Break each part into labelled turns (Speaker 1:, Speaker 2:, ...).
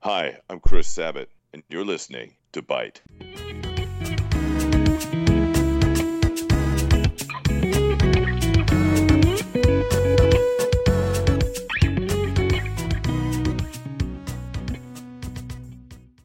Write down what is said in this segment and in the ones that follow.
Speaker 1: Hi, I'm Chris Sabat, and you're listening to Bite.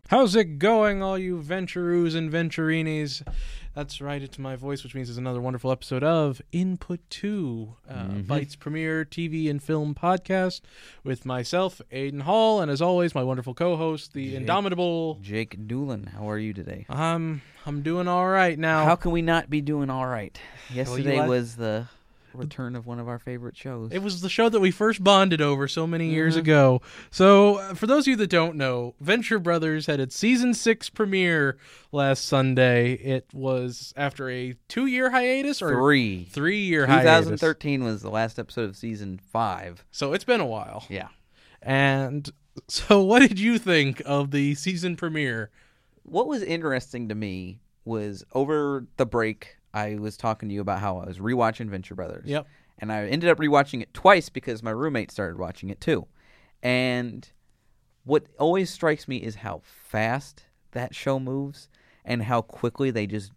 Speaker 2: How's it going, all you venturoos and venturinis? That's right, it's my voice, which means it's another wonderful episode of Input 2, uh,
Speaker 3: Mm-hmm.
Speaker 2: Byte's premier TV and film podcast with myself, Aiden Hall, and as always, my wonderful co host, the indomitable.
Speaker 3: Jake Doolin, how are you today?
Speaker 2: I'm, I'm doing all right now.
Speaker 3: How can we not be doing all right? Yesterday
Speaker 2: what?
Speaker 3: was the return of one of our favorite shows.
Speaker 2: It was the show that we first bonded over so many years
Speaker 3: Mm-hmm.
Speaker 2: ago. So, uh, for those of you that don't know, Venture Brothers had its season six premiere last Sunday. It was after a two year hiatus or
Speaker 3: three.
Speaker 2: three year hiatus.
Speaker 3: 2013 was the last episode of season five.
Speaker 2: So, it's been a while.
Speaker 3: Yeah.
Speaker 2: And so, what did you think of the season premiere?
Speaker 3: What was interesting to me was over the break, I was talking to you about how I was rewatching Venture Brothers.
Speaker 2: Yep.
Speaker 3: And I ended up rewatching it twice because my roommate started watching it too. And what always strikes me is how fast that show moves and how quickly they just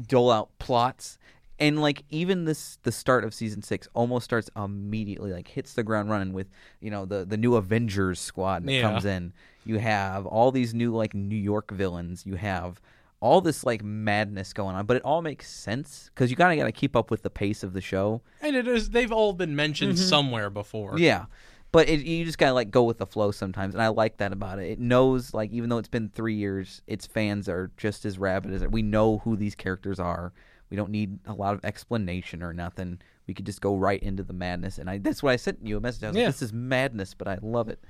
Speaker 3: dole out plots and like even this the start of season six almost starts immediately like hits the ground running with you know the the new avengers squad that
Speaker 2: Yeah.
Speaker 3: comes in you have all these new like new york villains you have all this like madness going on but it all makes sense because you gotta gotta keep up with the pace of the show
Speaker 2: And it is, they've all been mentioned somewhere before.
Speaker 3: Mm-hmm. yeah, but it, you just gotta like go with the flow sometimes, and I like that about it. It knows like even though it's been three years, its fans are just as rabid as it. We know who these characters are. We don't need a lot of explanation or nothing. We could just go right into the madness, and I that's what I sent you a message. I was
Speaker 2: Yeah.
Speaker 3: like, "This is madness," but I love it,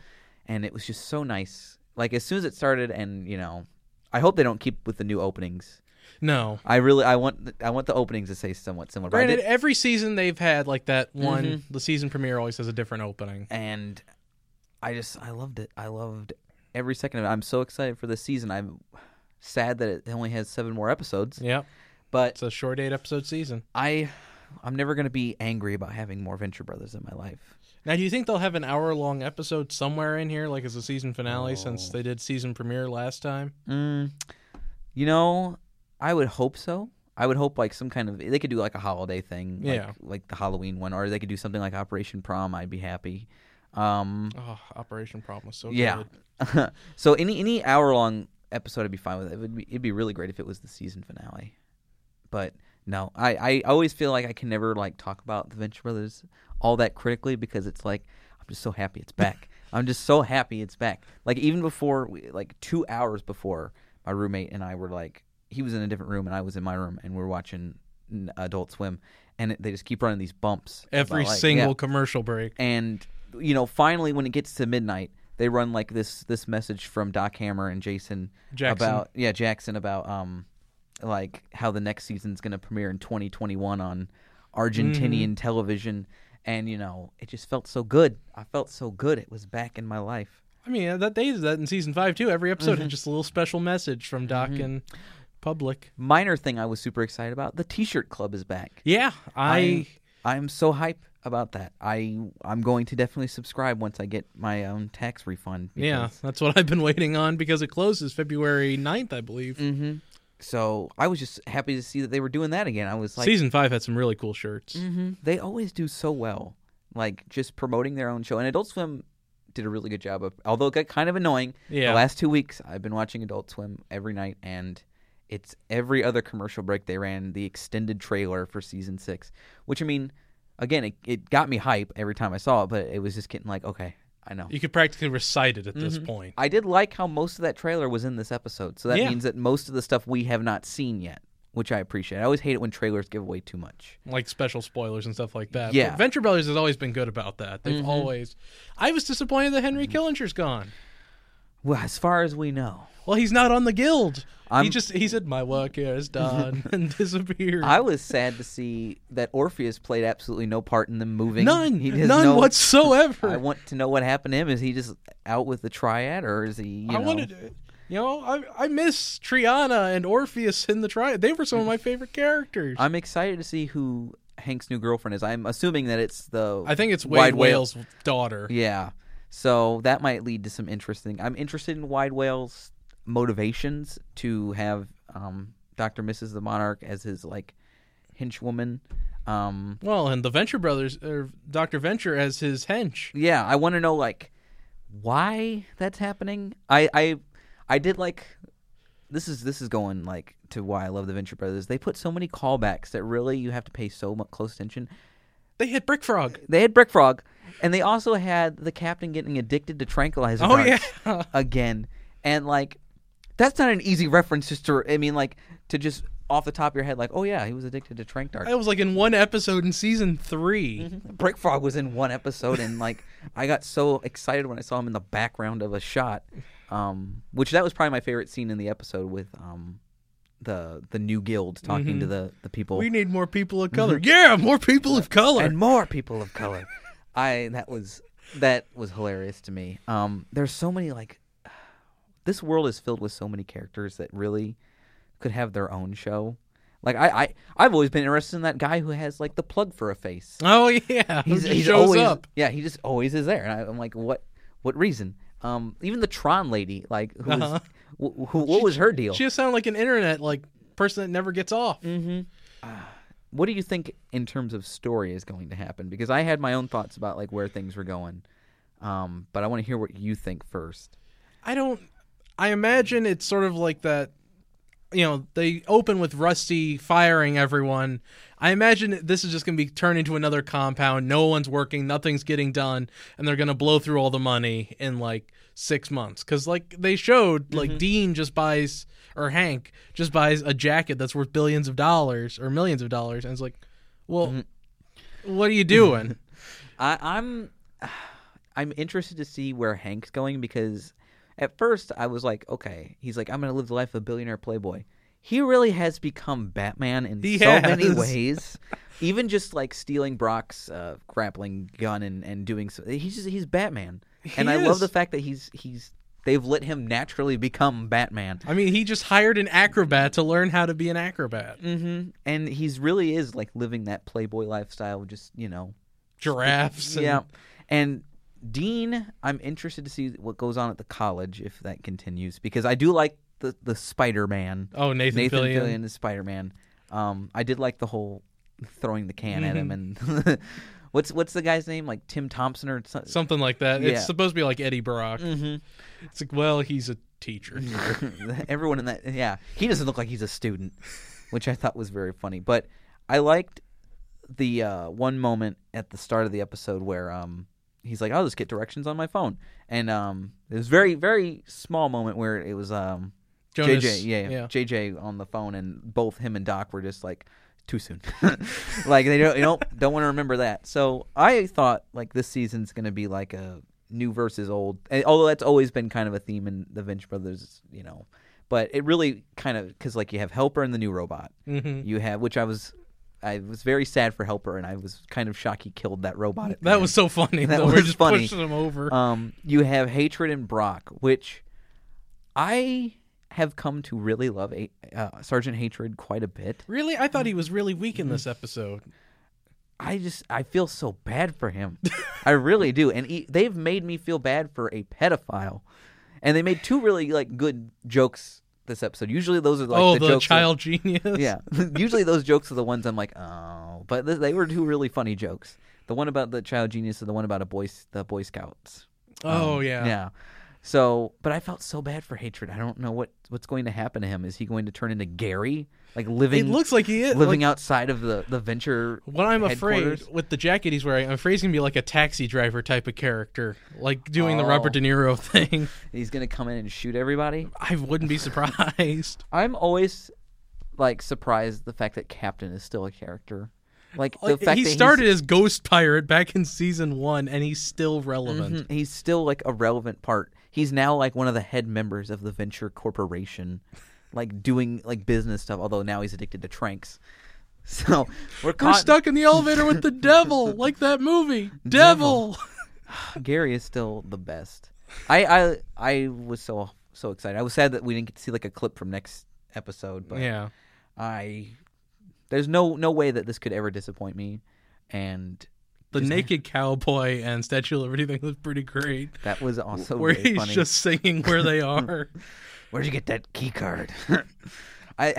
Speaker 3: and it was just so nice. Like as soon as it started, and you know, I hope they don't keep with the new openings.
Speaker 2: No.
Speaker 3: I really, I want, the, I want the openings to say somewhat similar. but I
Speaker 2: Granted,
Speaker 3: did- Mm-hmm.
Speaker 2: every season they've had like that one, the season premiere always has a different opening.
Speaker 3: and I just I loved it. I loved every second of it. I'm so excited for this season. I'm sad that it only has seven more episodes,
Speaker 2: Yep.
Speaker 3: but
Speaker 2: It's a short eight episode season.
Speaker 3: I I'm never gonna be angry about having more Venture Brothers in my life.
Speaker 2: Now, do you think they'll have an hour long episode somewhere in here, like as a season finale,
Speaker 3: Oh.
Speaker 2: since they did season premiere last time?
Speaker 3: Mm, you know, I would hope so. I would hope like some kind of they could do like a holiday thing, like,
Speaker 2: Yeah.
Speaker 3: like the Halloween one, or they could do something like Operation Prom. I'd be happy. Um,
Speaker 2: Oh, Operation Problem was so
Speaker 3: Yeah.
Speaker 2: good.
Speaker 3: so any any hour long episode, I'd be fine with it. It would be, it'd be really great if it was the season finale. But no, I, I always feel like I can never like talk about the Venture Brothers all that critically because it's like I'm just so happy it's back. I'm just so happy it's back. Like even before, we, like two hours before, my roommate and I were like, he was in a different room and I was in my room and we are watching n- Adult Swim, and it, they just keep running these bumps about,
Speaker 2: Every
Speaker 3: like-
Speaker 2: single
Speaker 3: yeah
Speaker 2: commercial break.
Speaker 3: and you know finally when it gets to midnight they run like this this message from doc hammer and jason
Speaker 2: Jackson.
Speaker 3: about yeah jackson about um like how the next season's going to premiere in 2021 on argentinian
Speaker 2: Mm-hmm.
Speaker 3: television and you know it just felt so good i felt so good it was back in my life
Speaker 2: I mean, uh, that they did that in season five too. Every episode
Speaker 3: Mm-hmm.
Speaker 2: had just a little special message from Doc and public.
Speaker 3: minor thing i was super excited about the t-shirt club is back
Speaker 2: Yeah, I
Speaker 3: i'm so hype about that i i'm going to definitely subscribe once i get my own tax refund
Speaker 2: yeah,
Speaker 3: because-
Speaker 2: that's what I've been waiting on because it closes February 9th, I
Speaker 3: Mm,
Speaker 2: believe.
Speaker 3: So I was just happy to see that they were doing that again. I was like, Mm.
Speaker 2: season five had some really cool shirts.
Speaker 3: they always do so well, like just promoting their own show. And Adult Swim did a really good job of, although it got kind of annoying.
Speaker 2: Yeah.
Speaker 3: The last two weeks, I've been watching Adult Swim every night, and it's every other commercial break they ran the extended trailer for season six, which I mean, again, it, it got me hype every time I saw it, but it was just getting like, okay, I know.
Speaker 2: You could practically recite it at this
Speaker 3: Mm-hmm.
Speaker 2: point.
Speaker 3: I did like how most of that trailer was in this episode. So that
Speaker 2: Yeah.
Speaker 3: means that most of the stuff we have not seen yet, which I appreciate. I always hate it when trailers give away too much.
Speaker 2: like special spoilers and stuff like that. But
Speaker 3: Yeah. Mm-hmm.
Speaker 2: Venture Brothers has always been good about that. They've always. I was disappointed that Henry Killinger's gone.
Speaker 3: Well, as far as we know,
Speaker 2: Well, he's not on the guild. he
Speaker 3: I'm-
Speaker 2: just he said my work here is done and disappeared.
Speaker 3: I was sad to see that Orpheus played absolutely no part in them moving.
Speaker 2: none,
Speaker 3: He has
Speaker 2: none
Speaker 3: no-
Speaker 2: whatsoever.
Speaker 3: I want to know what happened to him. Is he just out with the triad, or is he? You
Speaker 2: I
Speaker 3: know,
Speaker 2: wanted, you know, I I miss Triana and Orpheus in the triad. They were some of my favorite characters. i
Speaker 3: I'm excited to see who Hank's new girlfriend is. I'm assuming that it's the.
Speaker 2: think it's Wade
Speaker 3: Wide Whale.
Speaker 2: Whale's daughter.
Speaker 3: Yeah. So that might lead to some interesting. I'm interested in Wide Whale's motivations to have um, Doctor Mrs. the Monarch as his like henchwoman. Um,
Speaker 2: Well, and the Venture brothers, or Doctor Venture as his hench.
Speaker 3: yeah, I want to know like why that's happening. I I I did like this is this is going like to why I love the Venture Brothers. They put so many callbacks that really you have to pay so much close attention.
Speaker 2: They hit Brick Frog.
Speaker 3: They had Brick Frog, and they also had the captain getting addicted to tranquilizer
Speaker 2: Oh
Speaker 3: darts
Speaker 2: yeah.
Speaker 3: again, and like that's not an easy reference just to. I mean, like to just off the top of your head, like oh yeah, he was addicted to trank darts.
Speaker 2: That was like in one episode in season 3
Speaker 3: Brick Frog was in one episode, and like I got so excited when I saw him in the background of a shot, um, which that was probably my favorite scene in the episode with um, the the new guild talking to the the people
Speaker 2: Mm-hmm. We need more people of color. Yeah, more people of color.
Speaker 3: Mm-hmm. and more people of color. I that was that was hilarious to me. Um, there's so many like this world is filled with so many characters that really could have their own show. Like I, I I've always been interested in that guy who has like the plug for a face.
Speaker 2: oh yeah. Who
Speaker 3: He's,
Speaker 2: just
Speaker 3: he's
Speaker 2: shows
Speaker 3: always
Speaker 2: up.
Speaker 3: yeah he just always is there, and I, I'm like what what reason? Um, even the Tron lady like who
Speaker 2: Uh-huh.
Speaker 3: was wh- who, what was her deal?
Speaker 2: She just sounded like an internet like person that never gets off.
Speaker 3: what do you think in terms of story is going to happen? Because I had my own thoughts about like where things were going, um, but I want to hear what you think first.
Speaker 2: I don't. I imagine it's sort of like that. You know, they open with Rusty firing everyone. I imagine this is just going to be turned into another compound. No one's working, nothing's getting done, and they're going to blow through all the money in like six months. Because like they showed, like Dean just buys or Hank just buys a jacket that's worth billions of dollars or millions of dollars, and it's like, well, what are you doing?
Speaker 3: I, I'm I'm interested to see where Hank's going because at first I was like, okay, he's like I'm gonna live the life of a billionaire playboy. He really has become Batman in
Speaker 2: He
Speaker 3: so many
Speaker 2: has.
Speaker 3: ways. Even just like stealing Brock's uh, grappling gun and, and doing so, he's just, he's Batman, and I
Speaker 2: is.
Speaker 3: love the fact that he's he's they've let him naturally become Batman.
Speaker 2: I mean, he just hired an acrobat to learn how to be an acrobat.
Speaker 3: Mm-hmm. And he's really is like living that playboy lifestyle, just you know.
Speaker 2: Giraffes. and-
Speaker 3: Yeah. And Dean, I'm interested to see what goes on at the college if that continues because I do like the the Spider Man.
Speaker 2: Oh, Nathan,
Speaker 3: Nathan
Speaker 2: Fillion.
Speaker 3: Fillion is Spider Man. Um, I did like the whole throwing the can at him
Speaker 2: Mm-hmm.
Speaker 3: and what's what's the guy's name like Tim Thompson or mm-hmm. something.
Speaker 2: Something like that.
Speaker 3: Yeah.
Speaker 2: It's supposed to be like Eddie Brock. It's like, well, he's a teacher.
Speaker 3: Mm-hmm. Everyone in that, yeah, he doesn't look like he's a student, which I thought was very funny. But I liked the uh, one moment at the start of the episode where um, he's like, "I'll just get directions on my phone," and um, it was very, very small moment where it was um,
Speaker 2: Jonas,
Speaker 3: JJ, yeah,
Speaker 2: yeah.
Speaker 3: JJ on the phone, and both him and Doc were just like too soon, like they don't, you don't don't want to remember that. So I thought like this season's gonna be like a new versus old, and, although that's always been kind of a theme in the Venture Brothers, you know. But it really kind of because like you have Helper and the new robot,
Speaker 2: Mhm.
Speaker 3: you have which I was. I was very sad for Helper, and I was kind of shocked he killed that robot. at the
Speaker 2: That
Speaker 3: end.
Speaker 2: was so funny.
Speaker 3: That
Speaker 2: though. We're
Speaker 3: was
Speaker 2: just
Speaker 3: funny.
Speaker 2: pushing him over.
Speaker 3: Um, you have Hatred and Brock, which I have come to really love a- uh, Sergeant Hatred quite a bit.
Speaker 2: really? I thought he was really weak
Speaker 3: mm-hmm.
Speaker 2: in this episode.
Speaker 3: I just I feel so bad for him. I really do, and he, they've made me feel bad for a pedophile, and they made two really like good jokes this episode. Usually those are like
Speaker 2: oh,
Speaker 3: the,
Speaker 2: the,
Speaker 3: jokes that-
Speaker 2: child genius.
Speaker 3: Yeah. Usually those jokes are the ones I'm like, oh, but th- they were two really funny jokes. The one about the child genius and the one about a boy the Boy Scouts.
Speaker 2: Oh,
Speaker 3: Um,
Speaker 2: yeah.
Speaker 3: Yeah. So, but I felt so bad for hatred. I don't know what what's going to happen to him. Is he going to turn into Gary, like
Speaker 2: It
Speaker 3: living
Speaker 2: looks like he is.
Speaker 3: living
Speaker 2: like,
Speaker 3: outside of the the venture?
Speaker 2: what I'm afraid
Speaker 3: headquarters?
Speaker 2: with the jacket he's wearing, I'm afraid he's going to be like a taxi driver type of character, like doing the
Speaker 3: Oh.
Speaker 2: Robert De Niro thing.
Speaker 3: He's going to come in and shoot everybody.
Speaker 2: I wouldn't be surprised.
Speaker 3: I'm always like surprised the fact that Captain is still a character. Like the
Speaker 2: Like,
Speaker 3: fact
Speaker 2: he
Speaker 3: that he's-
Speaker 2: started as Ghost Pirate back in season one, and he's still relevant.
Speaker 3: Mhm. He's still like a relevant part. He's now like one of the head members of the Venture Corporation, like doing like business stuff. Although now he's addicted to tranks, so we're,
Speaker 2: We're
Speaker 3: caught-
Speaker 2: stuck in the elevator with the devil, like that movie. Devil.
Speaker 3: Gary is still the best. I I I was so so excited. I was sad that we didn't get to see like a clip from next episode, but
Speaker 2: yeah.
Speaker 3: I there's no no way that this could ever disappoint me, and
Speaker 2: The
Speaker 3: Just-
Speaker 2: naked cowboy and Statue of Liberty thing was pretty great.
Speaker 3: That was also
Speaker 2: where
Speaker 3: really
Speaker 2: he's
Speaker 3: funny.
Speaker 2: just singing where they are.
Speaker 3: Where'd you get that key card? I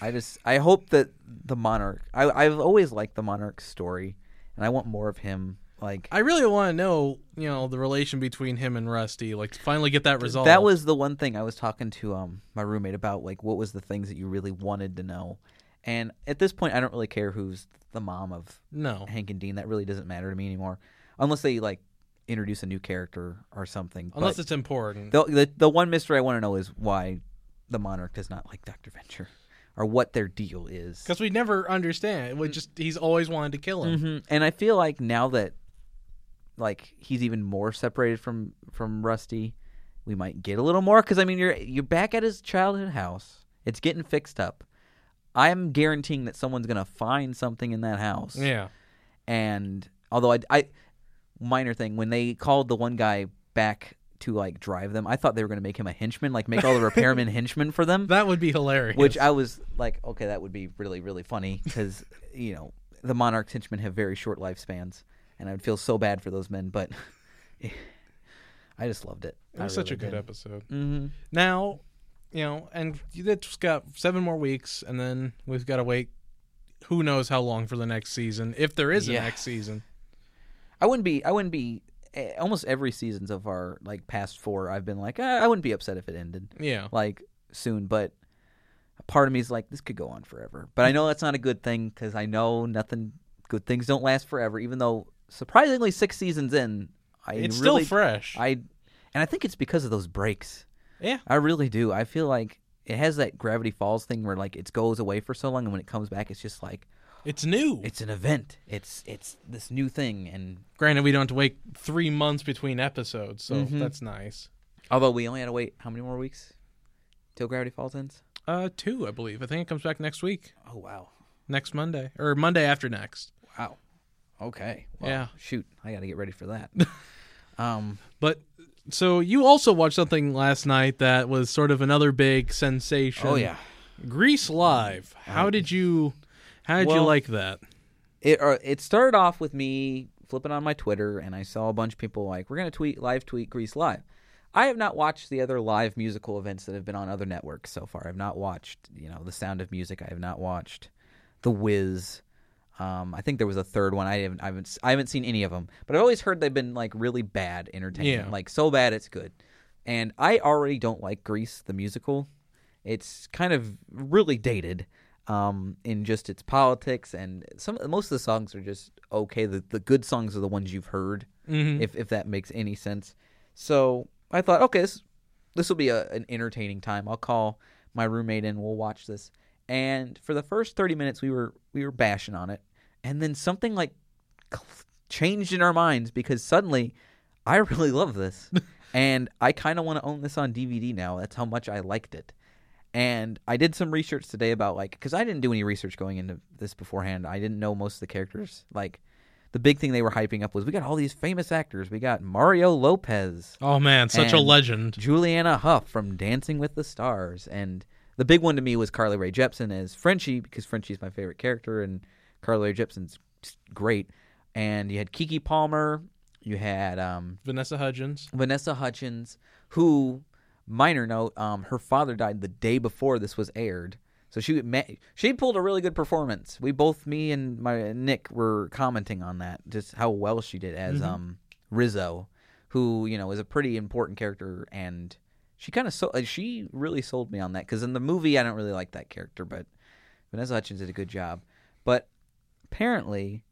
Speaker 3: I just I hope that the monarch I, I've always liked the monarch's story and I want more of him. Like
Speaker 2: I really want to know, you know, the relation between him and Rusty. Like, to finally get that resolved.
Speaker 3: that was the one thing I was talking to um my roommate about like what was the things that you really wanted to know. And at this point I don't really care who's the mom of
Speaker 2: no.
Speaker 3: Hank and Dean. That really doesn't matter to me anymore. Unless they like introduce a new character or something.
Speaker 2: Unless
Speaker 3: but
Speaker 2: it's important.
Speaker 3: the, the the one mystery I want to know is why the monarch does not like Dr. Venture or what their deal is.
Speaker 2: Because we never understand.
Speaker 3: Mm.
Speaker 2: We just he's always wanted to kill him.
Speaker 3: hmm And I feel like now that like he's even more separated from from Rusty, we might get a little more because I mean you're you're back at his childhood house. It's getting fixed up. I'm guaranteeing that someone's gonna find something in that house.
Speaker 2: Yeah.
Speaker 3: And although I, I minor thing when they called the one guy back to like drive them, I thought they were gonna make him a henchman, like make all the repairmen henchmen for them
Speaker 2: That would be hilarious.
Speaker 3: which I was like, okay, that would be really, really funny because you know the monarch's henchmen have very short lifespans, and I would feel so bad for those men. But I just loved it.
Speaker 2: it was such a good episode.
Speaker 3: hmm
Speaker 2: Now, you know, and it's got seven more weeks, and then we've got to wait. Who knows how long for the next season, if there is a
Speaker 3: Yeah.
Speaker 2: next season?
Speaker 3: I wouldn't be. I wouldn't be. eh, Almost every season so far, like past four, I've been like, ah, I wouldn't be upset if it ended
Speaker 2: Yeah.
Speaker 3: like soon, but. a Part of me is like, this could go on forever, but I know that's not a good thing because I know nothing good things don't last forever. Even though surprisingly, six seasons in, I
Speaker 2: It's
Speaker 3: really
Speaker 2: still fresh.
Speaker 3: I and I think it's because of those breaks.
Speaker 2: Yeah.
Speaker 3: I really do. I feel like it has that Gravity Falls thing where like it goes away for so long and when it comes back it's just like
Speaker 2: it's new.
Speaker 3: it's an event. It's it's this new thing and
Speaker 2: Granted, we don't have to wait three months between episodes, so
Speaker 3: Mhm.
Speaker 2: that's nice.
Speaker 3: although we only had to wait how many more weeks till Gravity Falls ends?
Speaker 2: Uh, two, I believe. I think it comes back next week,
Speaker 3: Oh wow.
Speaker 2: next Monday, or Monday after next.
Speaker 3: Wow. Okay.
Speaker 2: Yeah.
Speaker 3: Shoot, I got to get ready for that. um
Speaker 2: But so you also watched something last night that was sort of another big sensation.
Speaker 3: oh yeah. Oh,
Speaker 2: Grease Live. How did you? How did you
Speaker 3: Well-
Speaker 2: like that?
Speaker 3: it or it started off with me flipping on my Twitter and I saw a bunch of people like we're gonna tweet live tweet Grease live. I have not watched the other live musical events that have been on other networks so far. I've not watched you know The Sound of Music. I have not watched The Wiz. Um, I think there was a third one. I haven't, I haven't, s- I haven't seen any of them, but I've always heard they've been like really bad entertainment,
Speaker 2: Yeah.
Speaker 3: like so bad it's good. And I already don't like Grease the musical. It's kind of really dated um, in just its politics, and some most of the songs are just okay. The the good songs are the ones you've heard, if if that makes any sense. So I thought, okay, this this will be a, an entertaining time. I'll call my roommate and we'll watch this. And for the first thirty minutes, we were we were bashing on it, and then something like cl- changed in our minds because suddenly I really love this, and I kind of want to own this on DVD now. That's how much I liked it. And I did some research today about like because I didn't do any research going into this beforehand. I didn't know most of the characters. Like the big thing they were hyping up was we got all these famous actors. We got Mario Lopez.
Speaker 2: Oh man, such a
Speaker 3: And-
Speaker 2: legend.
Speaker 3: Juliana Huff from Dancing with the Stars. And the big one to me was Carly Rae Jepsen as Frenchie because Frenchie's my favorite character and Carly Rae Jepsen's just great. And you had Kiki Palmer, you had um,
Speaker 2: Vanessa Hudgens.
Speaker 3: Vanessa Hutchins, who minor note, um, her father died the day before this was aired. So she ma- she pulled a really good performance. We both, me and my Nick, were commenting on that, just how well she did as um, Rizzo, who you know is a pretty important character, and she kind of so uh, she really sold me on that because in the movie I don't really like that character, but Vanessa Hutchins did a good job. But apparently,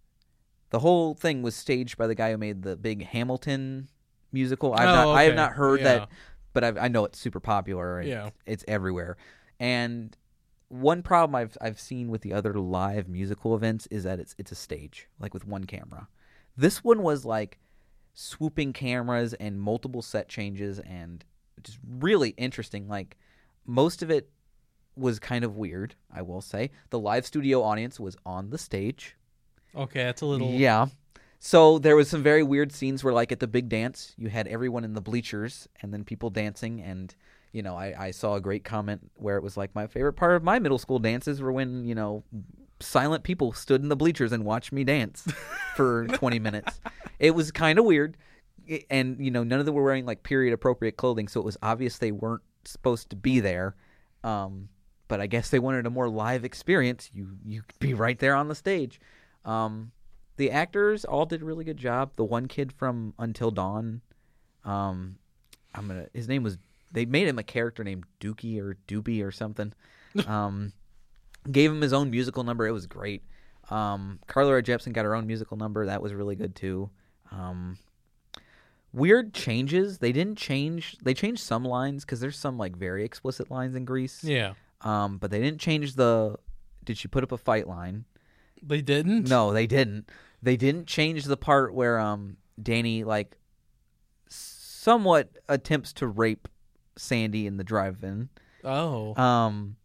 Speaker 3: the whole thing was staged by the guy who made the big Hamilton musical. I've
Speaker 2: Oh,
Speaker 3: not, I have
Speaker 2: okay.
Speaker 3: not heard
Speaker 2: Yeah.
Speaker 3: that, but I've, I know it's super popular. And
Speaker 2: Yeah.
Speaker 3: it's everywhere. And one problem I've I've seen with the other live musical events is that it's it's a stage, like with one camera. This one was like swooping cameras and multiple set changes and just really interesting. Like most of it was kind of weird, I will say. The live studio audience was on the stage.
Speaker 2: Okay, that's a little.
Speaker 3: Yeah. So there was some very weird scenes where like at the big dance, you had everyone in the bleachers and then people dancing and you know, I, I saw a great comment where it was like my favorite part of my middle school dances were when, you know, silent people stood in the bleachers and watched me dance for 20 minutes. It was kind of weird. I- And, you know, none of them were wearing like period appropriate clothing. So it was obvious they weren't supposed to be there. Um, but I guess they wanted a more live experience. You, you could be right there on the stage. Um, the actors all did a really good job. The one kid from Until Dawn, um, I'm gonna. His name was. They made him a character named Dookie or Doobie or something. Um, gave him his own musical number. It was great. Um, Carla Rae Jepsen got her own musical number. That was really good too. Um, weird changes. They didn't change. They changed some lines because there's some like very explicit lines in Greece.
Speaker 2: Yeah.
Speaker 3: Um, but they didn't change the. Did she put up a fight line?
Speaker 2: They didn't?
Speaker 3: No, they didn't. They didn't change the part where um Danny like somewhat attempts to rape Sandy in the drive-in.
Speaker 2: Oh.
Speaker 3: Um,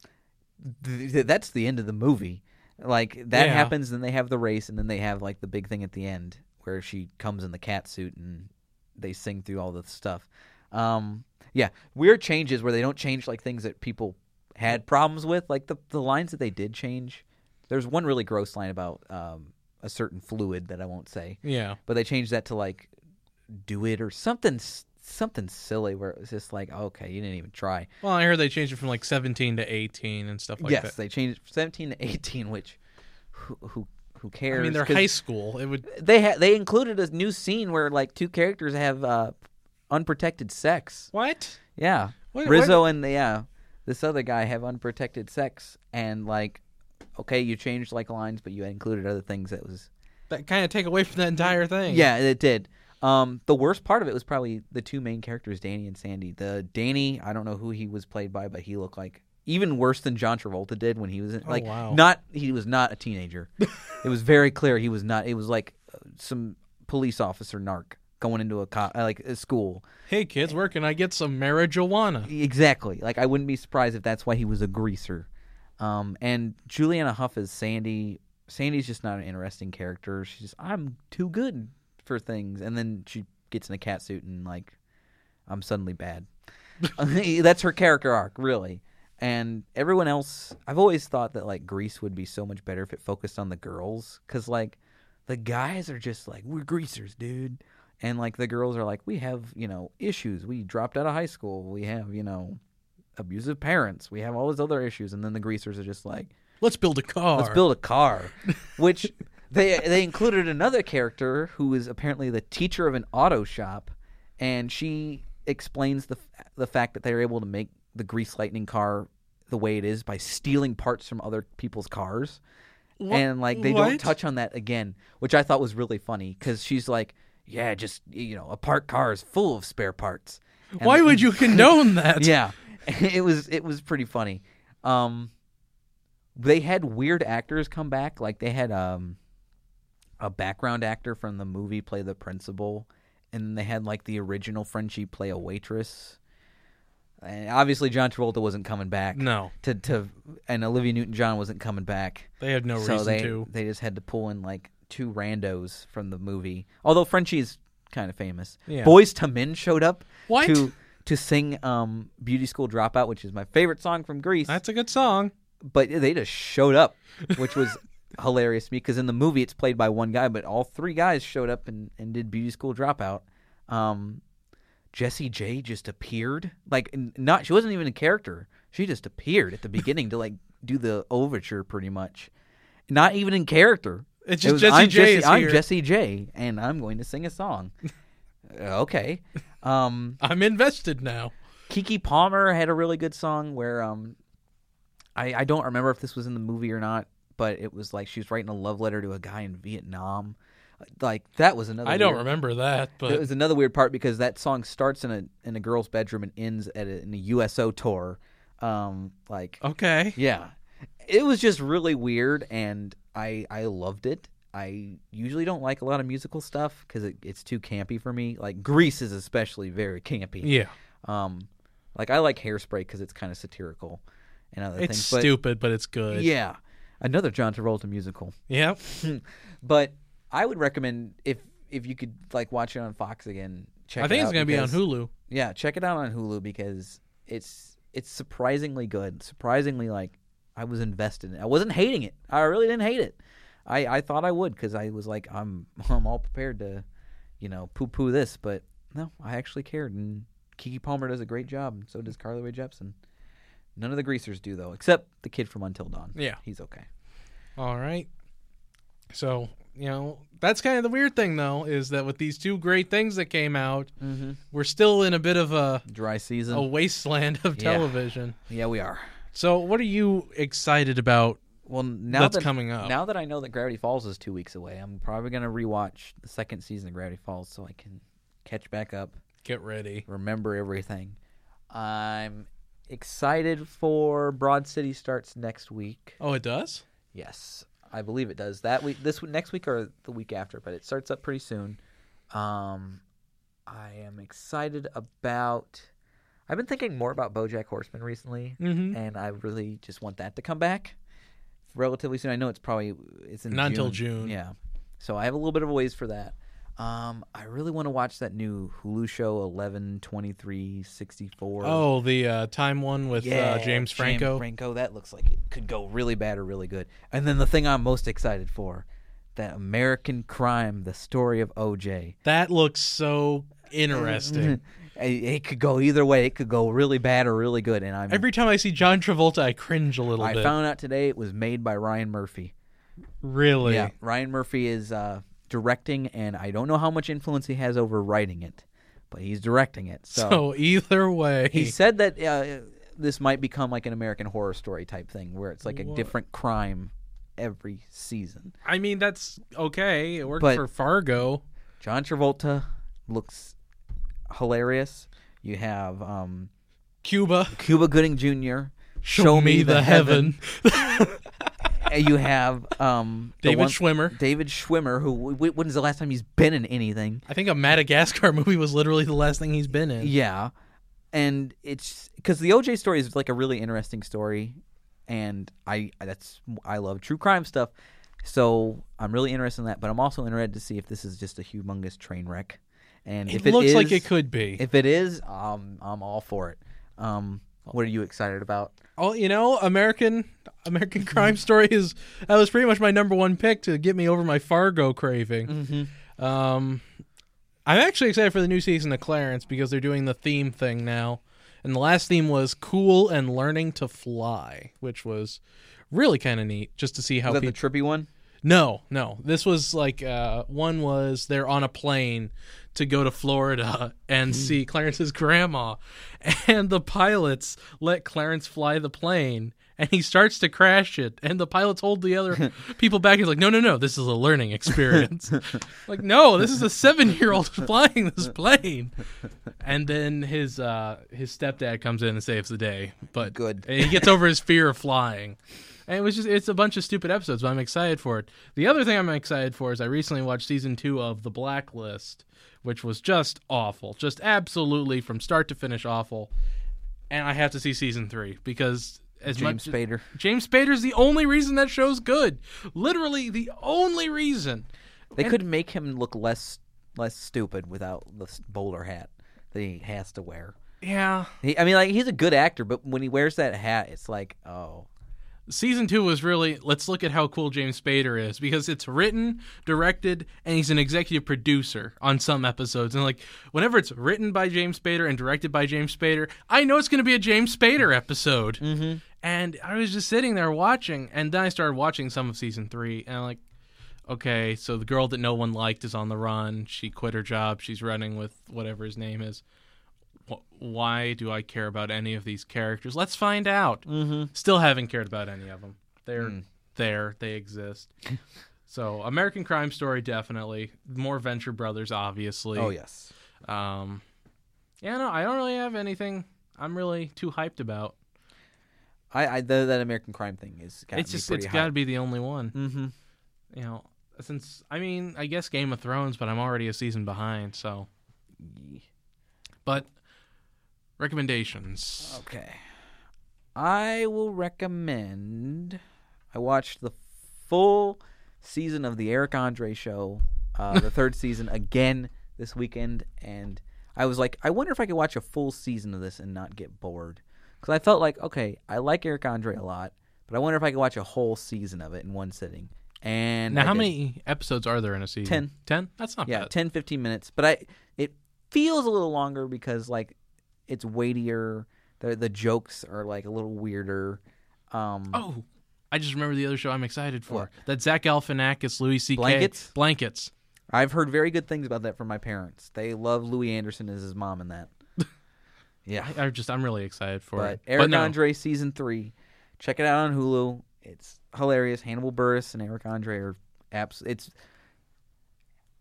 Speaker 3: th- th- that's the end of the movie. Like that
Speaker 2: Yeah.
Speaker 3: happens, then they have the race, and then they have like the big thing at the end where she comes in the cat suit and they sing through all the stuff. Um, yeah, weird changes where they don't change like things that people had problems with, like the the lines that they did change. There's one really gross line about um, a certain fluid that I won't say,
Speaker 2: yeah.
Speaker 3: but they changed that to like do it or something s- something silly where it was just like okay, you didn't even try.
Speaker 2: Well, I heard they changed it from like 17 to 18 and stuff like
Speaker 3: yes,
Speaker 2: that.
Speaker 3: they changed it from 17 to 18, which who who, who cares?
Speaker 2: I mean, they're
Speaker 3: 'Cause
Speaker 2: high school. It would.
Speaker 3: They ha- they included a new scene where like two characters have uh, unprotected sex.
Speaker 2: What?
Speaker 3: Yeah,
Speaker 2: Wait,
Speaker 3: Rizzo and the yeah, this other guy have unprotected sex, and like, okay, you changed like lines, but you included other things that was
Speaker 2: That kind of take away from that entire thing.
Speaker 3: yeah, it did. Um, the worst part of it was probably the two main characters, Danny and Sandy. The Danny, I don't know who he was played by, but he looked like even worse than John Travolta did when he was in, like
Speaker 2: Oh, wow.
Speaker 3: not he was not a teenager. it was very clear he was not. It was like uh, some police officer narc going into a co- uh, like a school.
Speaker 2: Hey, kids, where can I get some marijuana?
Speaker 3: Exactly. Like I wouldn't be surprised if that's why he was a greaser. Um, and Juliana Huff is Sandy. Sandy's just not an interesting character. She's just I'm too good for things, and then she gets in a cat suit and like I'm suddenly bad. that's her character arc, really. And everyone else, I've always thought that like Grease would be so much better if it focused on the girls, because like the guys are just like we're greasers, dude, and like the girls are like we have you know issues. We dropped out of high school. We have you know abusive parents. We have all these other issues, and then the greasers are just like
Speaker 2: Let's build a car.
Speaker 3: Let's build a car. Which they they included another character who is apparently the teacher of an auto shop, and she explains the f- the fact that they were able to make the Grease Lightning car the way it is by stealing parts from other people's cars, and like they don't
Speaker 2: what?
Speaker 3: touch on that again, which I thought was really funny because she's like, yeah, just you know, a parked car is full of spare parts. And
Speaker 2: Why
Speaker 3: like-
Speaker 2: would you condone that?
Speaker 3: yeah, it was it was pretty funny. Um, they had weird actors come back. Like they had um, a background actor from the movie play the principal, and they had like the original Frenchie play a waitress. And obviously, John Travolta wasn't coming back.
Speaker 2: No,
Speaker 3: To, to and Olivia Newton John wasn't coming back
Speaker 2: they had no
Speaker 3: so
Speaker 2: reason
Speaker 3: they,
Speaker 2: to.
Speaker 3: They just had to pull in like two randos from the movie. Although Frenchie's kind of famous.
Speaker 2: Yeah.
Speaker 3: Boys to Men showed up
Speaker 2: What?
Speaker 3: to to sing um, "Beauty School Dropout," which is my favorite song from Greece.
Speaker 2: That's a good song.
Speaker 3: But they just showed up, which was hilarious to me because in the movie it's played by one guy, but all three guys showed up and, and did "Beauty School Dropout." Um, Jessie J just appeared, like n- not she wasn't even a character. She just appeared at the beginning to like do the overture, pretty much. Not even in character.
Speaker 2: It's
Speaker 3: It
Speaker 2: just
Speaker 3: was,
Speaker 2: Jesse
Speaker 3: I'm
Speaker 2: J
Speaker 3: Jesse,
Speaker 2: is
Speaker 3: I'm
Speaker 2: here.
Speaker 3: Jesse J, and I'm going to sing a song. Uh, okay. Um,
Speaker 2: I'm invested now.
Speaker 3: Kiki Palmer had a really good song where um, I I don't remember if this was in the movie or not, but it was like she was writing a love letter to a guy in Vietnam. Like that was another.
Speaker 2: I don't
Speaker 3: weird-
Speaker 2: remember that,
Speaker 3: it
Speaker 2: but
Speaker 3: was another weird part because that song starts in a in a girl's bedroom and ends at a, in a USO tour. Um, like
Speaker 2: okay.
Speaker 3: yeah, it was just really weird, and I I loved it. I usually don't like a lot of musical stuff because it, it's too campy for me. Like Grease is especially very campy.
Speaker 2: Yeah,
Speaker 3: Um, like I like Hairspray because it's kind of satirical and other
Speaker 2: it's
Speaker 3: things.
Speaker 2: stupid, but it's
Speaker 3: But
Speaker 2: good.
Speaker 3: yeah, another John Travolta musical.
Speaker 2: Yep.
Speaker 3: But I would recommend if if you could like watch it on Fox again. Check.
Speaker 2: I
Speaker 3: it
Speaker 2: think it's
Speaker 3: out
Speaker 2: gonna be on
Speaker 3: because-
Speaker 2: Hulu.
Speaker 3: Yeah, check it out on Hulu because it's it's surprisingly good, surprisingly like I was invested in it. I wasn't hating it. I really didn't hate it. I, I thought I would because I was like, I'm I'm all prepared to, you know, poo poo this, but no, I actually cared. And Kiki Palmer does a great job, and so does Carly Rae Jepsen. None of the greasers do though, except the kid from Until Dawn.
Speaker 2: Yeah.
Speaker 3: he's okay.
Speaker 2: All right. So, you know, that's kind of the weird thing, though, is that with these two great things that came out,
Speaker 3: Mm-hmm.
Speaker 2: we're still in a bit of a,
Speaker 3: Dry season.
Speaker 2: a wasteland of
Speaker 3: Mm-hmm. Yeah.
Speaker 2: television.
Speaker 3: Yeah, we are.
Speaker 2: So, what are you excited about?
Speaker 3: Well, now
Speaker 2: That's
Speaker 3: that,
Speaker 2: coming up.
Speaker 3: Now that I know that Gravity Falls is two weeks away, I'm probably gonna rewatch the second season of Gravity Falls so I can catch back up,
Speaker 2: Get ready.
Speaker 3: remember everything. I'm excited for Broad City starts next week.
Speaker 2: Oh, it does?
Speaker 3: Yes, I believe it does. That week, this next week or the week after, but it starts up pretty soon. Um, I am excited about. I've been thinking more about BoJack Horseman recently,
Speaker 2: Mhm.
Speaker 3: and I really just want that to come back relatively soon. I know it's probably it's in
Speaker 2: Not until June.
Speaker 3: Yeah, so I have a little bit of a ways for that. Um, I really want to watch that new Hulu show eleven twenty three sixty four.
Speaker 2: Oh, the uh, time one with uh, James Franco.
Speaker 3: Franco, that looks like it could go really bad or really good. And then the thing I'm most excited for, that American Crime, the story of OJ.
Speaker 2: that looks so interesting.
Speaker 3: it, it could go either way. It could go really bad or really good. And I'm
Speaker 2: Every time I see John Travolta, I cringe a little
Speaker 3: I
Speaker 2: bit.
Speaker 3: found out today it was made by Ryan Murphy.
Speaker 2: really?
Speaker 3: Yeah, Ryan Murphy is uh, directing, and I don't know how much influence he has over writing it, but he's directing it. So,
Speaker 2: So, either way,
Speaker 3: he said that uh, this might become like an American Horror Story type thing, where it's like a
Speaker 2: What?
Speaker 3: different crime every season.
Speaker 2: I mean, that's okay. It worked
Speaker 3: But-
Speaker 2: for Fargo.
Speaker 3: John Travolta looks hilarious. You have um,
Speaker 2: Cuba,
Speaker 3: Cuba Gooding Jr.
Speaker 2: show, me, the, heaven.
Speaker 3: And you have um, the
Speaker 2: David
Speaker 3: one-
Speaker 2: Schwimmer.
Speaker 3: David Schwimmer, who wh- when's the last time he's been in anything?
Speaker 2: I think a Madagascar movie was literally the last thing he's been in.
Speaker 3: Yeah, and it's because the OJ story is like a really interesting story, and I that's I love true crime stuff, so I'm really interested in that. But I'm also interested to see if this is just a humongous train wreck, and
Speaker 2: It
Speaker 3: if
Speaker 2: looks like
Speaker 3: is-
Speaker 2: it could be.
Speaker 3: If it is, um, I'm all for it. Um, what are you excited about?
Speaker 2: oh, you know, American American Crime Story is that was pretty much my number one pick to get me over my Fargo craving.
Speaker 3: Mm-hmm.
Speaker 2: Um, I'm actually excited for the new season of Clarence because they're doing the theme thing now. And the last theme was cool and learning to fly, which was really kind of neat just to see how
Speaker 3: Is that
Speaker 2: people
Speaker 3: the trippy one?
Speaker 2: No, no. This was like uh, one was they're on a plane to go to Florida and see Clarence's grandma, and the pilots let Clarence fly the plane, and he starts to crash it, and the pilots hold the other people back. He's like, "No, no, no! This is a learning experience." like, no, this is a seven-year-old flying this plane. And then his uh, his stepdad comes in and saves the day, but
Speaker 3: Good.
Speaker 2: and he gets over his fear of flying. And it was just it's a bunch of stupid episodes, but I'm excited for it. The other thing I'm excited for is I recently watched season two of The Blacklist, which was just awful. Just absolutely from start to finish awful. And I have to see season three because as
Speaker 3: James
Speaker 2: much
Speaker 3: Spader.
Speaker 2: James Spader's the only reason that show's good. Literally the only reason.
Speaker 3: They could make him look less less stupid without the s- bowler hat that he has to wear.
Speaker 2: Yeah.
Speaker 3: He, I mean, like he's a good actor, but when he wears that hat, it's like, oh,
Speaker 2: season two was really let's look at how cool James Spader is because it's written, directed, and he's an executive producer on some episodes. And like whenever it's written by James Spader and directed by James Spader, I know it's going to be a James Spader episode. Mm-hmm. And I was just sitting there watching, and then I started watching some of season three, and I'm like, okay, so the girl that no one liked is on the run. She quit her job. She's running with whatever his name is. Wh- Why do I care about any of these characters? Let's find out. Mm-hmm. Still haven't cared about any of them. They're
Speaker 3: Hmm.
Speaker 2: there. They exist. so American Crime Story definitely. More Venture Brothers, obviously.
Speaker 3: oh yes.
Speaker 2: Um, yeah. No, I don't really have anything. I'm really too hyped about.
Speaker 3: I, I the, that American Crime thing is got
Speaker 2: it's just
Speaker 3: pretty
Speaker 2: it's got to be the only one.
Speaker 3: Mm-hmm.
Speaker 2: You know, since I mean, I guess Game of Thrones, but I'm already a season behind. So, but recommendations.
Speaker 3: Okay, I will recommend. I watched the full season of the Eric Andre Show, uh, the third season again this weekend, and I was like, I wonder if I could watch a full season of this and not get bored, because I felt like, okay, I like Eric Andre a lot, But I wonder if I could watch a whole season of it in one sitting. And
Speaker 2: Now,
Speaker 3: I
Speaker 2: how
Speaker 3: did.
Speaker 2: many episodes are there in a season?
Speaker 3: 10.
Speaker 2: Ten? That's not
Speaker 3: Yeah,
Speaker 2: bad.
Speaker 3: 10, 15 minutes. But I it feels a little longer because like it's weightier. The the jokes are like a little weirder. Um,
Speaker 2: Oh, I just remember the other show I'm excited for. That Zach Galifianakis, Louis C.K.
Speaker 3: Blankets?
Speaker 2: Blankets.
Speaker 3: I've heard very good things about that from my parents. They love Louis Anderson as his mom in that. yeah.
Speaker 2: I, I just I'm really excited for
Speaker 3: But
Speaker 2: it.
Speaker 3: Eric
Speaker 2: but no,
Speaker 3: Andre season three. Check it out on Hulu. It's hilarious. Hannibal Burris and Eric Andre are abs it's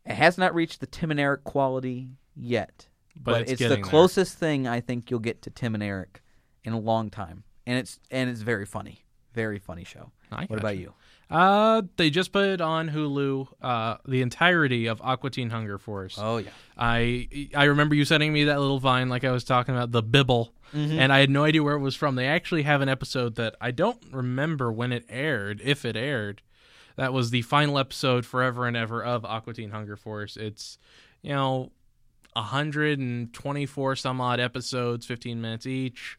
Speaker 3: it has not reached the Tim and Eric quality yet.
Speaker 2: But it's
Speaker 3: the
Speaker 2: getting there.
Speaker 3: closest thing I think you'll get to Tim and Eric in a long time. And it's and it's very funny. Very funny show.
Speaker 2: I
Speaker 3: what about
Speaker 2: gotcha.
Speaker 3: you?
Speaker 2: Uh, they just put on Hulu uh, the entirety of Aqua Teen Hunger Force.
Speaker 3: Oh yeah.
Speaker 2: I I remember you sending me that little vine like I was talking about the Bibble,
Speaker 3: Mm-hmm.
Speaker 2: and I had no idea where it was from. They actually have an episode that I don't remember when it aired, if it aired. That was the final episode forever and ever of Aqua Teen Hunger Force. It's you know 124 some odd episodes, 15 minutes each,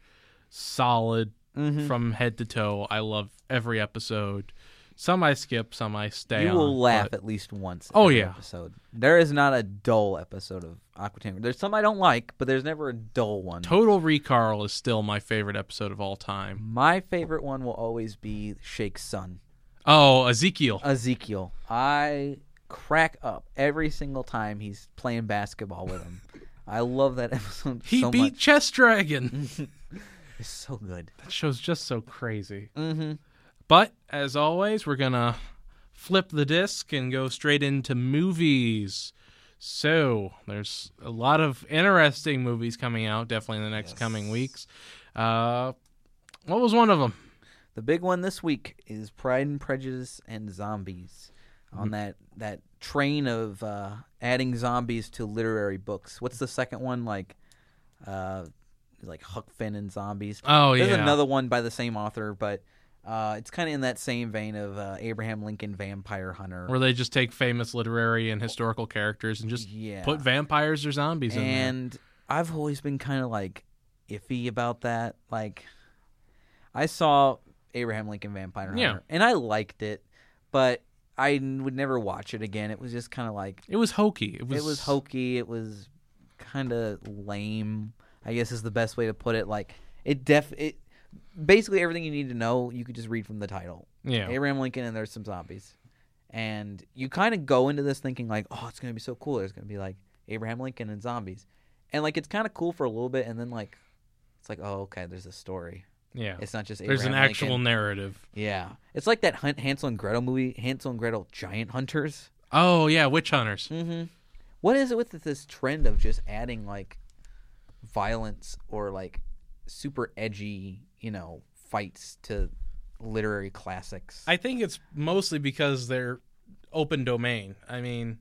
Speaker 2: solid
Speaker 3: Mhm.
Speaker 2: from head to toe. I love every episode. Some I skip, some I stay
Speaker 3: You
Speaker 2: on.
Speaker 3: will laugh
Speaker 2: but-
Speaker 3: at least once.
Speaker 2: Oh,
Speaker 3: every
Speaker 2: yeah.
Speaker 3: Episode. There is not a dull episode of Aqua Teen. There's some I don't like, but there's never a dull one.
Speaker 2: Total Recall is still my favorite episode of all time.
Speaker 3: My favorite one will always be Shake's son,
Speaker 2: Oh, Ezekiel.
Speaker 3: Uh, Ezekiel. I crack up every single time he's playing basketball with him. I love that episode
Speaker 2: He
Speaker 3: so
Speaker 2: beat
Speaker 3: much. Mm.
Speaker 2: Chess Dragon.
Speaker 3: It's so good.
Speaker 2: that show's just so crazy.
Speaker 3: Mm-hmm.
Speaker 2: But as always, we're going to flip the disc and go straight into movies. So there's a lot of interesting movies coming out definitely in the next coming weeks. Uh, what was one of them?
Speaker 3: The big one this week is Pride and Prejudice and zombies.
Speaker 2: Mm-hmm.
Speaker 3: On that that train of uh, adding zombies to literary books. What's the second one like? Uh, like Huck Finn and zombies.
Speaker 2: Oh,
Speaker 3: There's
Speaker 2: yeah.
Speaker 3: another one by the same author, but uh, it's kind of in that same vein of uh, Abraham Lincoln Vampire Hunter.
Speaker 2: Where they just take famous literary and historical characters and just
Speaker 3: Yeah.
Speaker 2: put vampires or zombies in there.
Speaker 3: and I've always been kind of like iffy about that. Like, I saw Abraham Lincoln Vampire Hunter,
Speaker 2: Yeah.
Speaker 3: and I liked it, but I n- would never watch it again. It was just kind of like
Speaker 2: It was hokey. It was,
Speaker 3: it was hokey. It was kind of lame. I guess is the best way to put it. Like, it def it basically everything you need to know you could just read from the title.
Speaker 2: Yeah.
Speaker 3: Abraham Lincoln and there's some zombies. And you kind of go into this thinking like, oh, it's gonna be so cool. There's gonna be like Abraham Lincoln and zombies, and like it's kind of cool for a little bit, and then like it's like, oh, okay, there's a story.
Speaker 2: yeah.
Speaker 3: It's not just Abraham
Speaker 2: There's an
Speaker 3: Lincoln.
Speaker 2: actual narrative.
Speaker 3: Yeah, it's like that Hun- Hansel and Gretel movie, Hansel and Gretel Giant Hunters.
Speaker 2: Oh, yeah. Witch Hunters.
Speaker 3: Mm-hmm. What is it with this trend of just adding like violence or like super edgy, you know, fights to literary classics?
Speaker 2: I think it's mostly because they're open domain. I mean,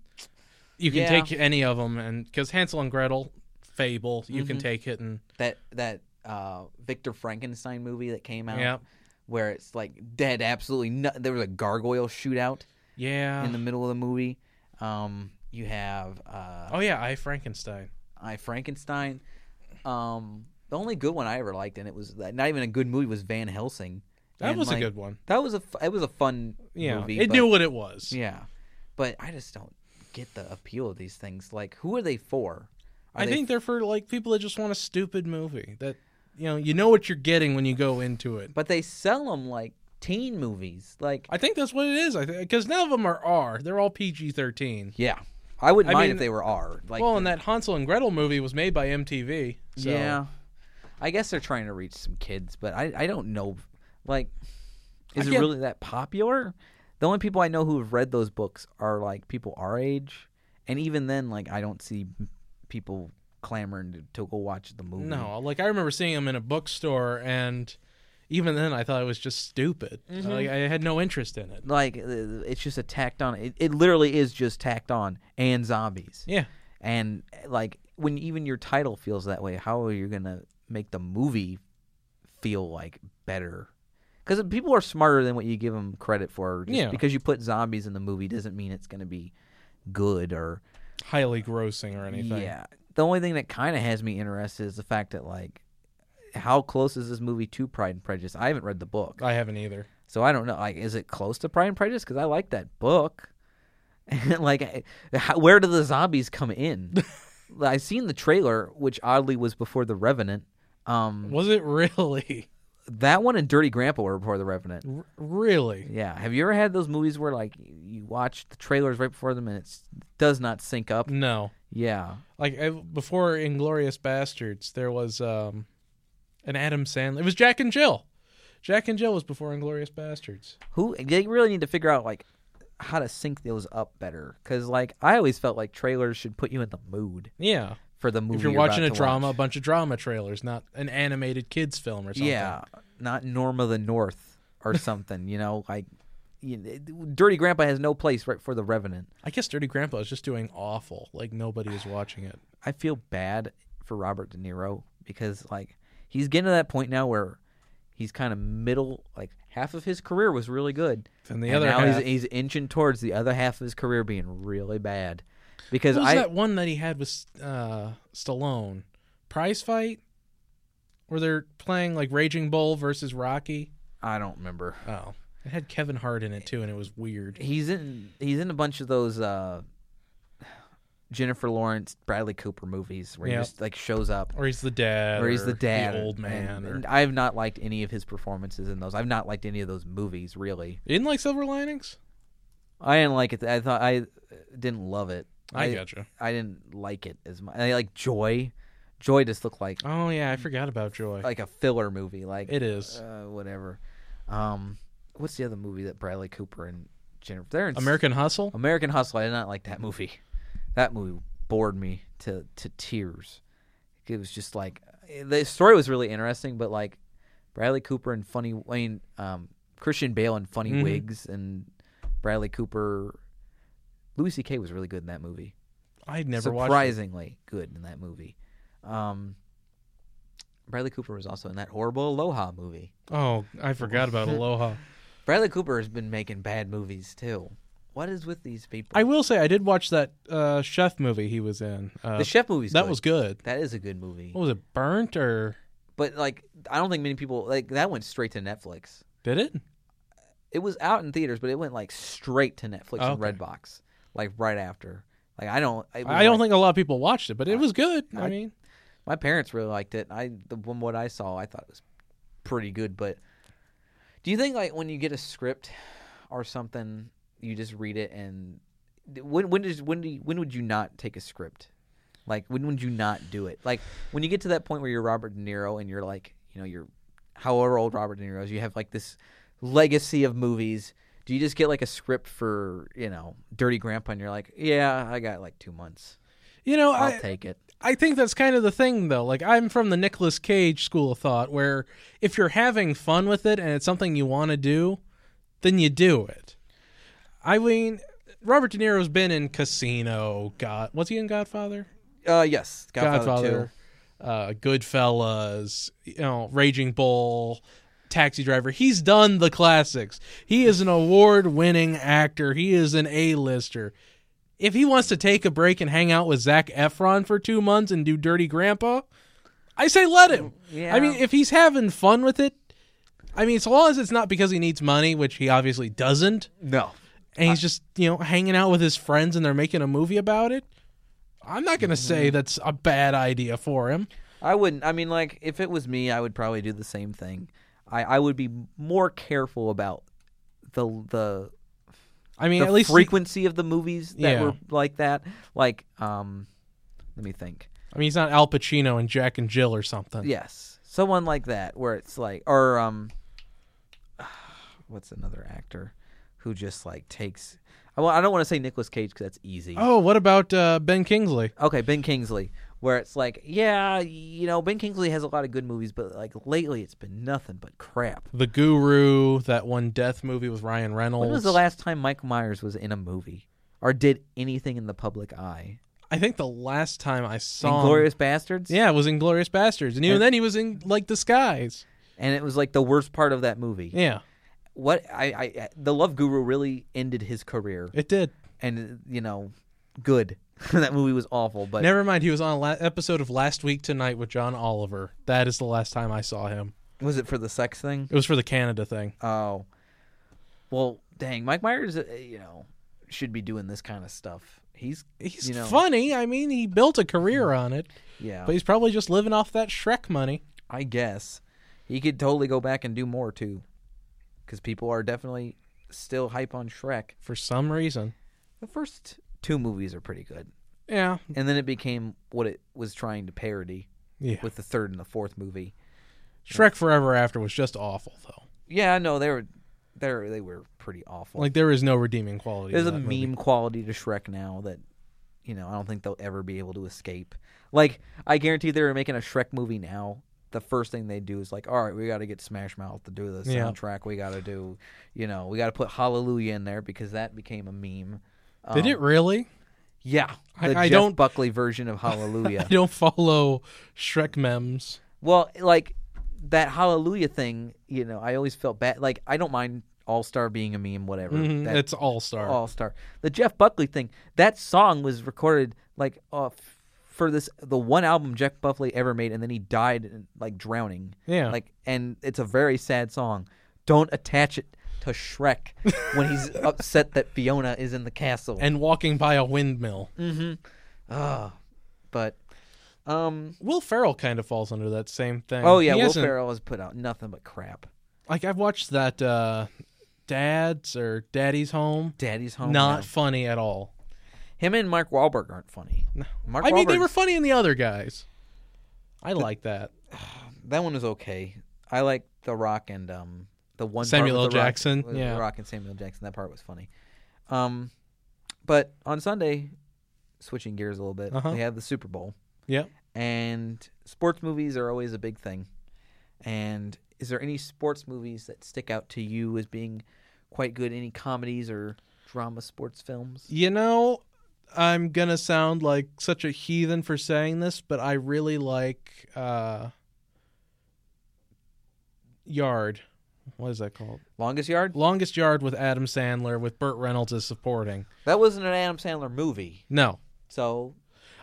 Speaker 2: you can
Speaker 3: Yeah.
Speaker 2: take any of them, and because Hansel and Gretel, Fable, you
Speaker 3: Mm-hmm.
Speaker 2: can take it, and
Speaker 3: that that uh, Victor Frankenstein movie that came out,
Speaker 2: Yep.
Speaker 3: where it's like dead, absolutely. No- there was a gargoyle shootout
Speaker 2: yeah.
Speaker 3: in the middle of the movie. Um, you have uh,
Speaker 2: oh yeah, I Frankenstein.
Speaker 3: I Frankenstein. Um, the only good one I ever liked, and it was uh, not even a good movie, was Van Helsing.
Speaker 2: That
Speaker 3: And,
Speaker 2: was
Speaker 3: like,
Speaker 2: a good one.
Speaker 3: That was a f- it was a fun
Speaker 2: Yeah,
Speaker 3: movie.
Speaker 2: it
Speaker 3: but-
Speaker 2: knew what it was.
Speaker 3: Yeah, but I just don't get the appeal of these things. Like, who are they for? Are
Speaker 2: I
Speaker 3: they
Speaker 2: think they're for like people that just want a stupid movie that you know you know what you're getting when you go into it.
Speaker 3: but they sell them like teen movies. Like,
Speaker 2: I think that's what it is. I think because none of them are R. They're all PG-13.
Speaker 3: Yeah, I
Speaker 2: I
Speaker 3: wouldn't mind
Speaker 2: mean-
Speaker 3: if they were R. Like,
Speaker 2: well, and that Hansel and Gretel movie was made by MTV. So.
Speaker 3: yeah, I guess they're trying to reach some kids, but I I don't know. Like, is
Speaker 2: I
Speaker 3: it
Speaker 2: can't-
Speaker 3: really that popular? The only people I know who have read those books are like people our age, and even then, like I don't see people clamoring to, to go watch the movie.
Speaker 2: No, like I remember seeing him in a bookstore, and even then I thought it was just stupid. Like I had no interest in it.
Speaker 3: like uh, it's just a tacked on. It, it literally is just tacked on and zombies.
Speaker 2: Yeah,
Speaker 3: and like when even your title feels that way how are you gonna make the movie feel like better because people are smarter than what you give them credit for Just
Speaker 2: Yeah.
Speaker 3: because you put zombies in the movie doesn't mean it's gonna be good or
Speaker 2: highly grossing or anything.
Speaker 3: yeah the only thing that kind of has me interested is the fact that like how close is this movie to pride and prejudice i haven't read the book
Speaker 2: I haven't either.
Speaker 3: So I don't know. Like, is it close to Pride and Prejudice? Because I like that book. And like, I- how, where do the zombies come in? I seen the trailer, which oddly was before The Revenant. Um,
Speaker 2: Was it really?
Speaker 3: that one and Dirty Grandpa were before The Revenant.
Speaker 2: R- really?
Speaker 3: Yeah. Have you ever had those movies where like you watch the trailers right before them and it does not sync up?
Speaker 2: No.
Speaker 3: Yeah.
Speaker 2: Like I, before Inglorious Bastards, there was um, an Adam Sandler. It was Jack and Jill. Jack and Jill was before Inglorious Bastards.
Speaker 3: Who they really need to figure out like how to sync those up better because like I always felt like trailers should put you in the mood
Speaker 2: Yeah.
Speaker 3: for the movie.
Speaker 2: If you're
Speaker 3: about
Speaker 2: watching a
Speaker 3: to
Speaker 2: drama,
Speaker 3: watch.
Speaker 2: a bunch of drama trailers, not an animated kids film or something.
Speaker 3: yeah, not Norma the North or something. you know, like you, it- Dirty Grandpa has no place right for the Revenant.
Speaker 2: I guess Dirty Grandpa is just doing awful. Like nobody is watching it.
Speaker 3: I feel bad for Robert De Niro because like he's getting to that point now where he's kind of middle like half of his career was really good
Speaker 2: And the
Speaker 3: and
Speaker 2: other
Speaker 3: now
Speaker 2: half-
Speaker 3: he's, he's inching towards the other half of his career being really bad because
Speaker 2: What was
Speaker 3: I
Speaker 2: that one that he had with uh, Stallone? Prize Fight? Where they're playing like Raging Bull versus Rocky?
Speaker 3: I don't remember
Speaker 2: Oh. It had Kevin Hart in it too, and it was weird.
Speaker 3: he's in he's in a bunch of those uh Jennifer Lawrence Bradley Cooper movies where
Speaker 2: Yeah.
Speaker 3: he just like shows up
Speaker 2: Or he's the dad.
Speaker 3: or he's the dad,
Speaker 2: old
Speaker 3: and-
Speaker 2: man.
Speaker 3: and
Speaker 2: or...
Speaker 3: I have not liked any of his performances in those. I've not liked any of those movies, really.
Speaker 2: You didn't like Silver Linings?
Speaker 3: I didn't like it. I thought I uh, didn't love it.
Speaker 2: I, gotcha.
Speaker 3: I didn't like it as much. I like Joy. Joy just looked like
Speaker 2: Oh, yeah. I forgot about Joy.
Speaker 3: like a filler movie. Like
Speaker 2: it is.
Speaker 3: uh, whatever. Um, what's the other movie that Bradley Cooper and Jennifer? They're in s-
Speaker 2: American Hustle?
Speaker 3: American Hustle. I did not like that movie. That movie bored me to to tears. It was just like the story was really interesting, but like Bradley Cooper and funny, I mean um, Christian Bale and funny
Speaker 2: Mhm.
Speaker 3: wigs, and Bradley Cooper. Louis C.K. was really good in that movie.
Speaker 2: I'd never watched it.
Speaker 3: Surprisingly good in that movie. Um, Bradley Cooper was also in that horrible Aloha movie.
Speaker 2: Oh, I forgot about Aloha.
Speaker 3: Bradley Cooper has been making bad movies too. What is with these people?
Speaker 2: I will say, I did watch that uh, chef movie he was in. Uh,
Speaker 3: the Chef movie's
Speaker 2: that
Speaker 3: good.
Speaker 2: was good.
Speaker 3: That is a good movie.
Speaker 2: What was it, Burnt or
Speaker 3: But like I don't think many people like that went straight to Netflix.
Speaker 2: did it?
Speaker 3: It was out in theaters, but it went like straight to Netflix
Speaker 2: Oh,
Speaker 3: and
Speaker 2: okay.
Speaker 3: Redbox. Like right after. Like I don't it was
Speaker 2: I don't
Speaker 3: like-
Speaker 2: think a lot of people watched it, but it was good. I,
Speaker 3: I-
Speaker 2: mean,
Speaker 3: my parents really liked it. I the from what I saw I thought it was pretty good, but do you think like when you get a script or something, you just read it and when when does when do you, when would you not take a script? Like when would you not do it? Like when you get to that point where you're Robert De Niro and you're like, you know, you're however old Robert De Niro is, you have like this legacy of movies. Do you just get like a script for, you know, Dirty Grandpa and you're like, yeah, I got like 2 months.
Speaker 2: you know,
Speaker 3: I'll
Speaker 2: I,
Speaker 3: take it.
Speaker 2: I think that's kind of the thing though. Like I'm from the Nicolas Cage school of thought where if you're having fun with it and it's something you want to do, then you do it. I mean, Robert De Niro's been in Casino, God, was he in Godfather?
Speaker 3: Uh yes, Godfather, 2.
Speaker 2: uh, Goodfellas, you know, Raging Bull, Taxi Driver. He's done the classics. He is an award-winning actor. He is an A-lister. If he wants to take a break and hang out with Zach Efron for two months and do Dirty Grandpa, I say let him.
Speaker 3: Yeah.
Speaker 2: I mean, if he's having fun with it, I mean, so long as it's not because he needs money, which he obviously doesn't,
Speaker 3: No.
Speaker 2: and he's just you know hanging out with his friends and they're making a movie about it. I'm not gonna say
Speaker 3: Mm-hmm.
Speaker 2: that's a bad idea for him.
Speaker 3: I wouldn't. I mean, like, if it was me, I would probably do the same thing. I, I would be more careful about the the,
Speaker 2: I mean,
Speaker 3: the
Speaker 2: at least
Speaker 3: frequency of the movies that
Speaker 2: Yeah.
Speaker 3: were like that. Like, um, let me think.
Speaker 2: I mean, he's not Al Pacino and Jack and Jill or something.
Speaker 3: Yes, someone like that, where it's like, or um, what's another actor who just like takes. I, well, I don't want to say Nicolas Cage because that's easy.
Speaker 2: Oh, what about uh, Ben Kingsley?
Speaker 3: Okay, Ben Kingsley, where it's like, yeah, you know, Ben Kingsley has a lot of good movies, but like lately it's been nothing but crap.
Speaker 2: The Guru, that one death movie with Ryan Reynolds.
Speaker 3: When was the last time Mike Myers was in a movie or did anything in the public eye?
Speaker 2: I think the last time I saw him-
Speaker 3: Inglorious Bastards?
Speaker 2: yeah, it was Inglorious Bastards, and even then he was in like disguise.
Speaker 3: And it was like the worst part of that movie.
Speaker 2: Yeah,
Speaker 3: What I, I the Love Guru really ended his career.
Speaker 2: it did.
Speaker 3: And you know, good. that movie was awful, but
Speaker 2: Never mind, he was on a la- episode of Last Week Tonight with John Oliver. That is the last time I saw him.
Speaker 3: was it for the sex thing?
Speaker 2: It was for the Canada thing.
Speaker 3: Oh. well, dang, Mike Myers, uh, you know, should be doing this kind of stuff. He's
Speaker 2: He's
Speaker 3: you know, Mm.
Speaker 2: funny. I mean, he built a career on it,
Speaker 3: Yeah,
Speaker 2: but he's probably just living off that Shrek money.
Speaker 3: I guess he could totally go back and do more too, because people are definitely still hype on Shrek.
Speaker 2: for some reason.
Speaker 3: The first two movies are pretty good,
Speaker 2: Yeah.
Speaker 3: and then it became what it was trying to parody
Speaker 2: Yeah.
Speaker 3: with the third and the fourth movie.
Speaker 2: Shrek Forever After was just awful though.
Speaker 3: Yeah, no, they were, they were, they were pretty awful.
Speaker 2: Like there is no redeeming quality.
Speaker 3: There's
Speaker 2: to
Speaker 3: a
Speaker 2: that
Speaker 3: meme
Speaker 2: movie.
Speaker 3: quality to Shrek now that, you know, I don't think they'll ever be able to escape. Like, I guarantee they were making a Shrek movie now. The first thing they do is like, all right, we got to get Smash Mouth to do the
Speaker 2: Yeah.
Speaker 3: soundtrack. We got to do, you know, we got to put Hallelujah in there because that became a meme. Um,
Speaker 2: Did it really?
Speaker 3: Yeah,
Speaker 2: I-
Speaker 3: the
Speaker 2: I
Speaker 3: Jeff
Speaker 2: don't-
Speaker 3: Buckley version of
Speaker 2: I
Speaker 3: Hallelujah.
Speaker 2: don't follow Shrek memes.
Speaker 3: well, like that Hallelujah thing, you know, I always felt bad. Like, I don't mind All Star being a meme, whatever.
Speaker 2: Mhm,
Speaker 3: Mm-hmm. That-
Speaker 2: it's All Star.
Speaker 3: All Star. The Jeff Buckley thing. That song was recorded like uh, f- for this the one album Jeff Buckley ever made, and then he died in, like drowning.
Speaker 2: Yeah.
Speaker 3: Like, and it's a very sad song. Don't attach it to Shrek when he's upset that Fiona is in the castle.
Speaker 2: and walking by a windmill.
Speaker 3: Mm. Ugh. but, um,
Speaker 2: Will Ferrell kind of falls under that same thing.
Speaker 3: oh yeah,
Speaker 2: He
Speaker 3: Will
Speaker 2: hasn't-
Speaker 3: Ferrell has put out nothing but crap.
Speaker 2: Like I've watched that uh Dad's or Daddy's Home.
Speaker 3: Daddy's home.
Speaker 2: Not
Speaker 3: Now.
Speaker 2: funny at all.
Speaker 3: him and Mark Wahlberg aren't funny. No. Mark
Speaker 2: I mean, they
Speaker 3: Wahlberg-
Speaker 2: were funny in the other guys. I like that.
Speaker 3: That one was okay. I like The Rock and um the one part
Speaker 2: Samuel
Speaker 3: with
Speaker 2: L.
Speaker 3: The Rock-
Speaker 2: Jackson,
Speaker 3: with
Speaker 2: yeah.
Speaker 3: The Rock and Samuel Jackson. That part was funny. Um, but on Sunday, switching gears a little bit,
Speaker 2: Uh-huh.
Speaker 3: we had the Super Bowl,
Speaker 2: Yeah.
Speaker 3: and sports movies are always a big thing. And is there any sports movies that stick out to you as being quite good? Any comedies or drama sports films?
Speaker 2: You know, I'm gonna sound like such a heathen for saying this, but I really like uh Yard. What is that called?
Speaker 3: Longest Yard.
Speaker 2: Longest Yard with Adam Sandler with Burt Reynolds as supporting.
Speaker 3: That wasn't an Adam Sandler movie,
Speaker 2: No.
Speaker 3: so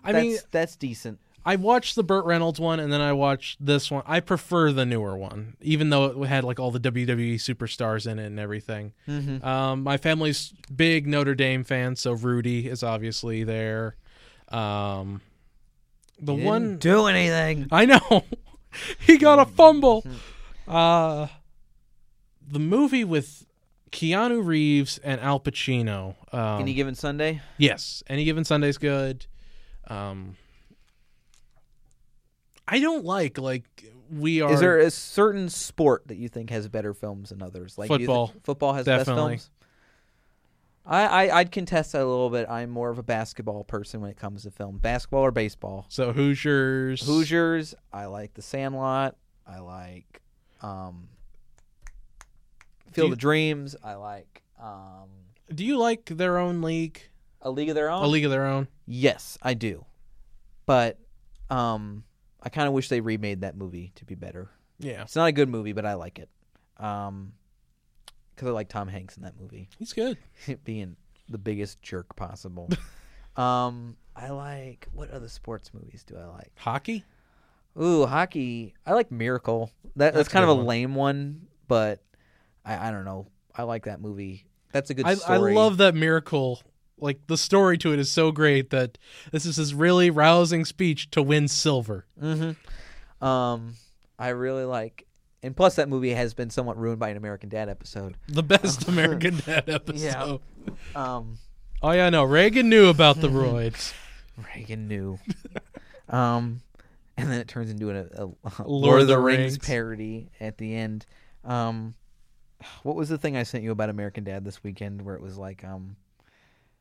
Speaker 2: I
Speaker 3: that's,
Speaker 2: mean,
Speaker 3: that's decent.
Speaker 2: I watched the Burt Reynolds one and then I watched this one. I prefer the newer one, even though it had like all the WWE superstars in it and everything.
Speaker 3: Mm-hmm.
Speaker 2: Um, my family's big Notre Dame fan, so Rudy is obviously there. Um, the one
Speaker 3: do Hmm. anything.
Speaker 2: I know he got a fumble. Uh, the movie with Keanu Reeves and Al Pacino. Um,
Speaker 3: Any given Sunday?
Speaker 2: Yes, any given Sunday's good. Um, I don't like like we are.
Speaker 3: Is there a certain sport that you think has better films than others? Like you thi-
Speaker 2: Football.
Speaker 3: football has
Speaker 2: Definitely.
Speaker 3: best films. I, I I'd contest that a little bit. I'm more of a basketball person when it comes to film. Basketball or baseball?
Speaker 2: so Hoosiers?
Speaker 3: Hoosiers. I like The Sandlot. I like um, Field
Speaker 2: you-
Speaker 3: of Dreams. I like um,
Speaker 2: Do you like their own league?
Speaker 3: A League of Their Own.
Speaker 2: A league of their own.
Speaker 3: Yes, I do. But um, I kind of wish they remade that movie to be better.
Speaker 2: Yeah,
Speaker 3: It's not a good movie, but I like it. Um 'cause because I like Tom Hanks in that movie,
Speaker 2: he's good.
Speaker 3: being the biggest jerk possible. um, I like what other sports movies do I like?
Speaker 2: Hockey.
Speaker 3: Ooh, hockey. I like Miracle. That, that's,
Speaker 2: That's a
Speaker 3: kind of
Speaker 2: good
Speaker 3: a
Speaker 2: one.
Speaker 3: lame one, but I, I don't know. I like that movie. That's a good
Speaker 2: I, I
Speaker 3: story.
Speaker 2: love that miracle. Like the story to it is so great that this is his really rousing speech to win silver.
Speaker 3: Mm-hmm. Um, I really like, and plus that movie has been somewhat ruined by an American Dad episode.
Speaker 2: The best American Dad episode.
Speaker 3: Um,
Speaker 2: Oh yeah, no. Reagan knew about the roids.
Speaker 3: Reagan knew. um, and then it turns into an, a, a Lord,
Speaker 2: of
Speaker 3: of the
Speaker 2: the
Speaker 3: Rings
Speaker 2: Rings.
Speaker 3: parody at the end. Um, what was the thing I sent you about American Dad this weekend where it was like, um,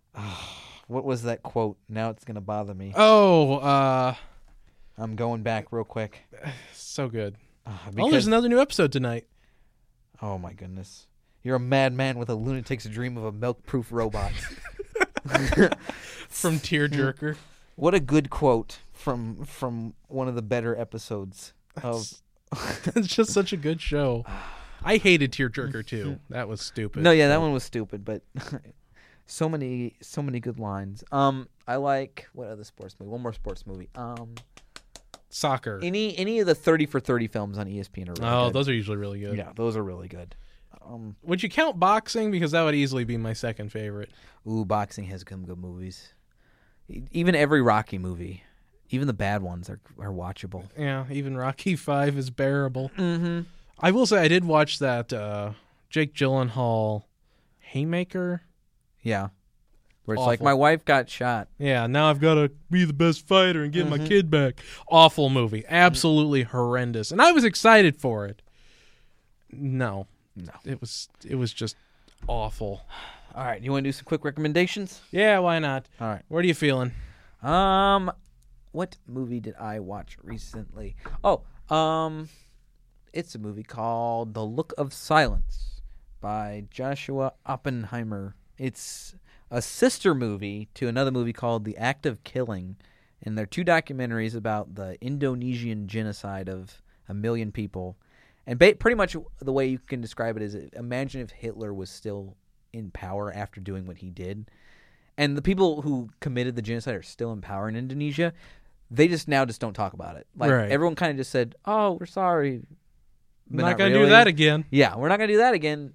Speaker 3: what was that quote? Now it's going to bother me.
Speaker 2: Oh, uh,
Speaker 3: I'm going back real quick.
Speaker 2: so good.
Speaker 3: Uh,
Speaker 2: oh, there's
Speaker 3: because-
Speaker 2: another new episode tonight.
Speaker 3: oh, my goodness. You're a madman with a lunatic's dream of a milk proof robot.
Speaker 2: from Tearjerker.
Speaker 3: what a good quote from from one of the better episodes of
Speaker 2: it's just such a good show. I hated Tearjerker too. That was stupid.
Speaker 3: No, yeah, that one was stupid, but so many so many good lines. Um I like what other sports movie? One more sports movie. Um
Speaker 2: Soccer.
Speaker 3: any any of the 30 for 30 films on E ESPN are really
Speaker 2: oh,
Speaker 3: good.
Speaker 2: those are usually really good.
Speaker 3: Yeah, those are really good. Um,
Speaker 2: Would you count boxing? Because that would easily be my second favorite.
Speaker 3: ooh, boxing has some good movies. E- Even every Rocky movie, even the bad ones are are watchable.
Speaker 2: Yeah, even Rocky Five is bearable.
Speaker 3: Mm-hmm.
Speaker 2: I will say I did watch that uh, Jake Gyllenhaal Haymaker.
Speaker 3: Yeah, where it's like
Speaker 2: Awful.
Speaker 3: my wife got shot.
Speaker 2: Yeah, now I've got to be the best fighter and get
Speaker 3: Mm-hmm.
Speaker 2: my kid back. Awful movie, absolutely horrendous, and I was excited for it. No,
Speaker 3: No.
Speaker 2: it was it was just awful.
Speaker 3: All right, you want to do some quick recommendations?
Speaker 2: Yeah, why not?
Speaker 3: All right.
Speaker 2: What are you feeling?
Speaker 3: Um, what movie did I watch recently? Oh, um, it's a movie called The Look of Silence by Joshua Oppenheimer. It's a sister movie to another movie called The Act of Killing, and they're two documentaries about the Indonesian genocide of a million people. And ba- pretty much the way you can describe it is uh, imagine if Hitler was still in power after doing what he did and the people who committed the genocide are still in power in Indonesia. They just now just don't talk about it. Like
Speaker 2: Right.
Speaker 3: everyone kind of just said, "Oh, we're sorry."
Speaker 2: I'm
Speaker 3: but
Speaker 2: not, gonna do
Speaker 3: really.
Speaker 2: that again.
Speaker 3: Yeah, we're not gonna do that again.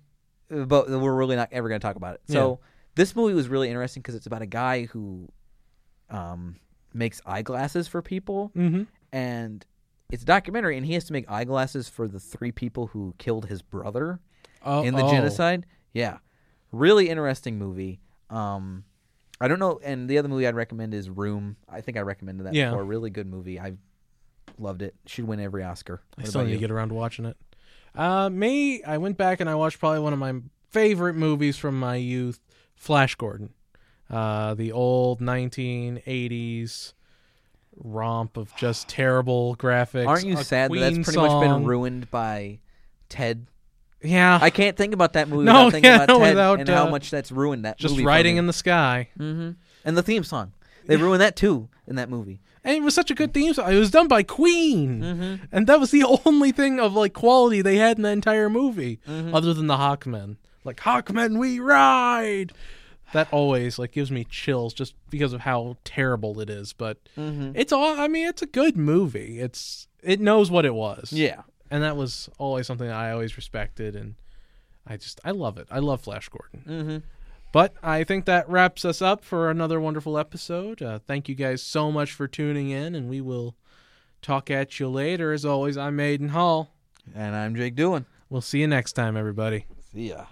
Speaker 3: uh, But we're really not ever gonna talk about it. So this movie was really interesting because it's about a guy who um, makes eyeglasses for people,
Speaker 2: Mm-hmm.
Speaker 3: and it's a documentary, and he has to make eyeglasses for the three people who killed his brother
Speaker 2: Oh,
Speaker 3: in the
Speaker 2: oh.
Speaker 3: genocide. Yeah, really interesting movie. Um, I don't know. And the other movie I'd recommend is Room. I think I recommended that
Speaker 2: Yeah.
Speaker 3: before. Really good movie. I loved it. Should win every Oscar.
Speaker 2: I
Speaker 3: What
Speaker 2: still
Speaker 3: about
Speaker 2: need to
Speaker 3: you?
Speaker 2: get around to watching it. Uh, me, I went back and I watched probably one of my favorite movies from my youth, Flash Gordon, uh, the old 1980s romp of just terrible graphics.
Speaker 3: Aren't you
Speaker 2: a
Speaker 3: sad that that's
Speaker 2: Queen
Speaker 3: pretty much been
Speaker 2: song.
Speaker 3: ruined by Ted?
Speaker 2: Yeah,
Speaker 3: I can't think about that movie
Speaker 2: No,
Speaker 3: without thinking
Speaker 2: yeah,
Speaker 3: about Ted
Speaker 2: without,
Speaker 3: and how
Speaker 2: uh,
Speaker 3: much that's ruined that
Speaker 2: just
Speaker 3: movie.
Speaker 2: riding in the sky.
Speaker 3: hmm And the theme song. They ruined that too in that movie.
Speaker 2: And it was such a good theme song. It was done by Queen, and that was the only thing of like quality they had in the entire movie, other than the Hawkmen. Like Hawkmen, we ride. That always like gives me chills just because of how terrible it is. But it's all. I mean, it's a good movie. It's it knows what it was.
Speaker 3: Yeah.
Speaker 2: and that was always something I always respected, and I just I love it. I love Flash Gordon.
Speaker 3: Mm-hmm.
Speaker 2: But I think that wraps us up for another wonderful episode. Uh, thank you guys so much for tuning in, and we will talk at you later. As always, I'm Aiden Hall.
Speaker 3: And I'm Jake Doohan.
Speaker 2: We'll see you next time, everybody.
Speaker 3: See ya.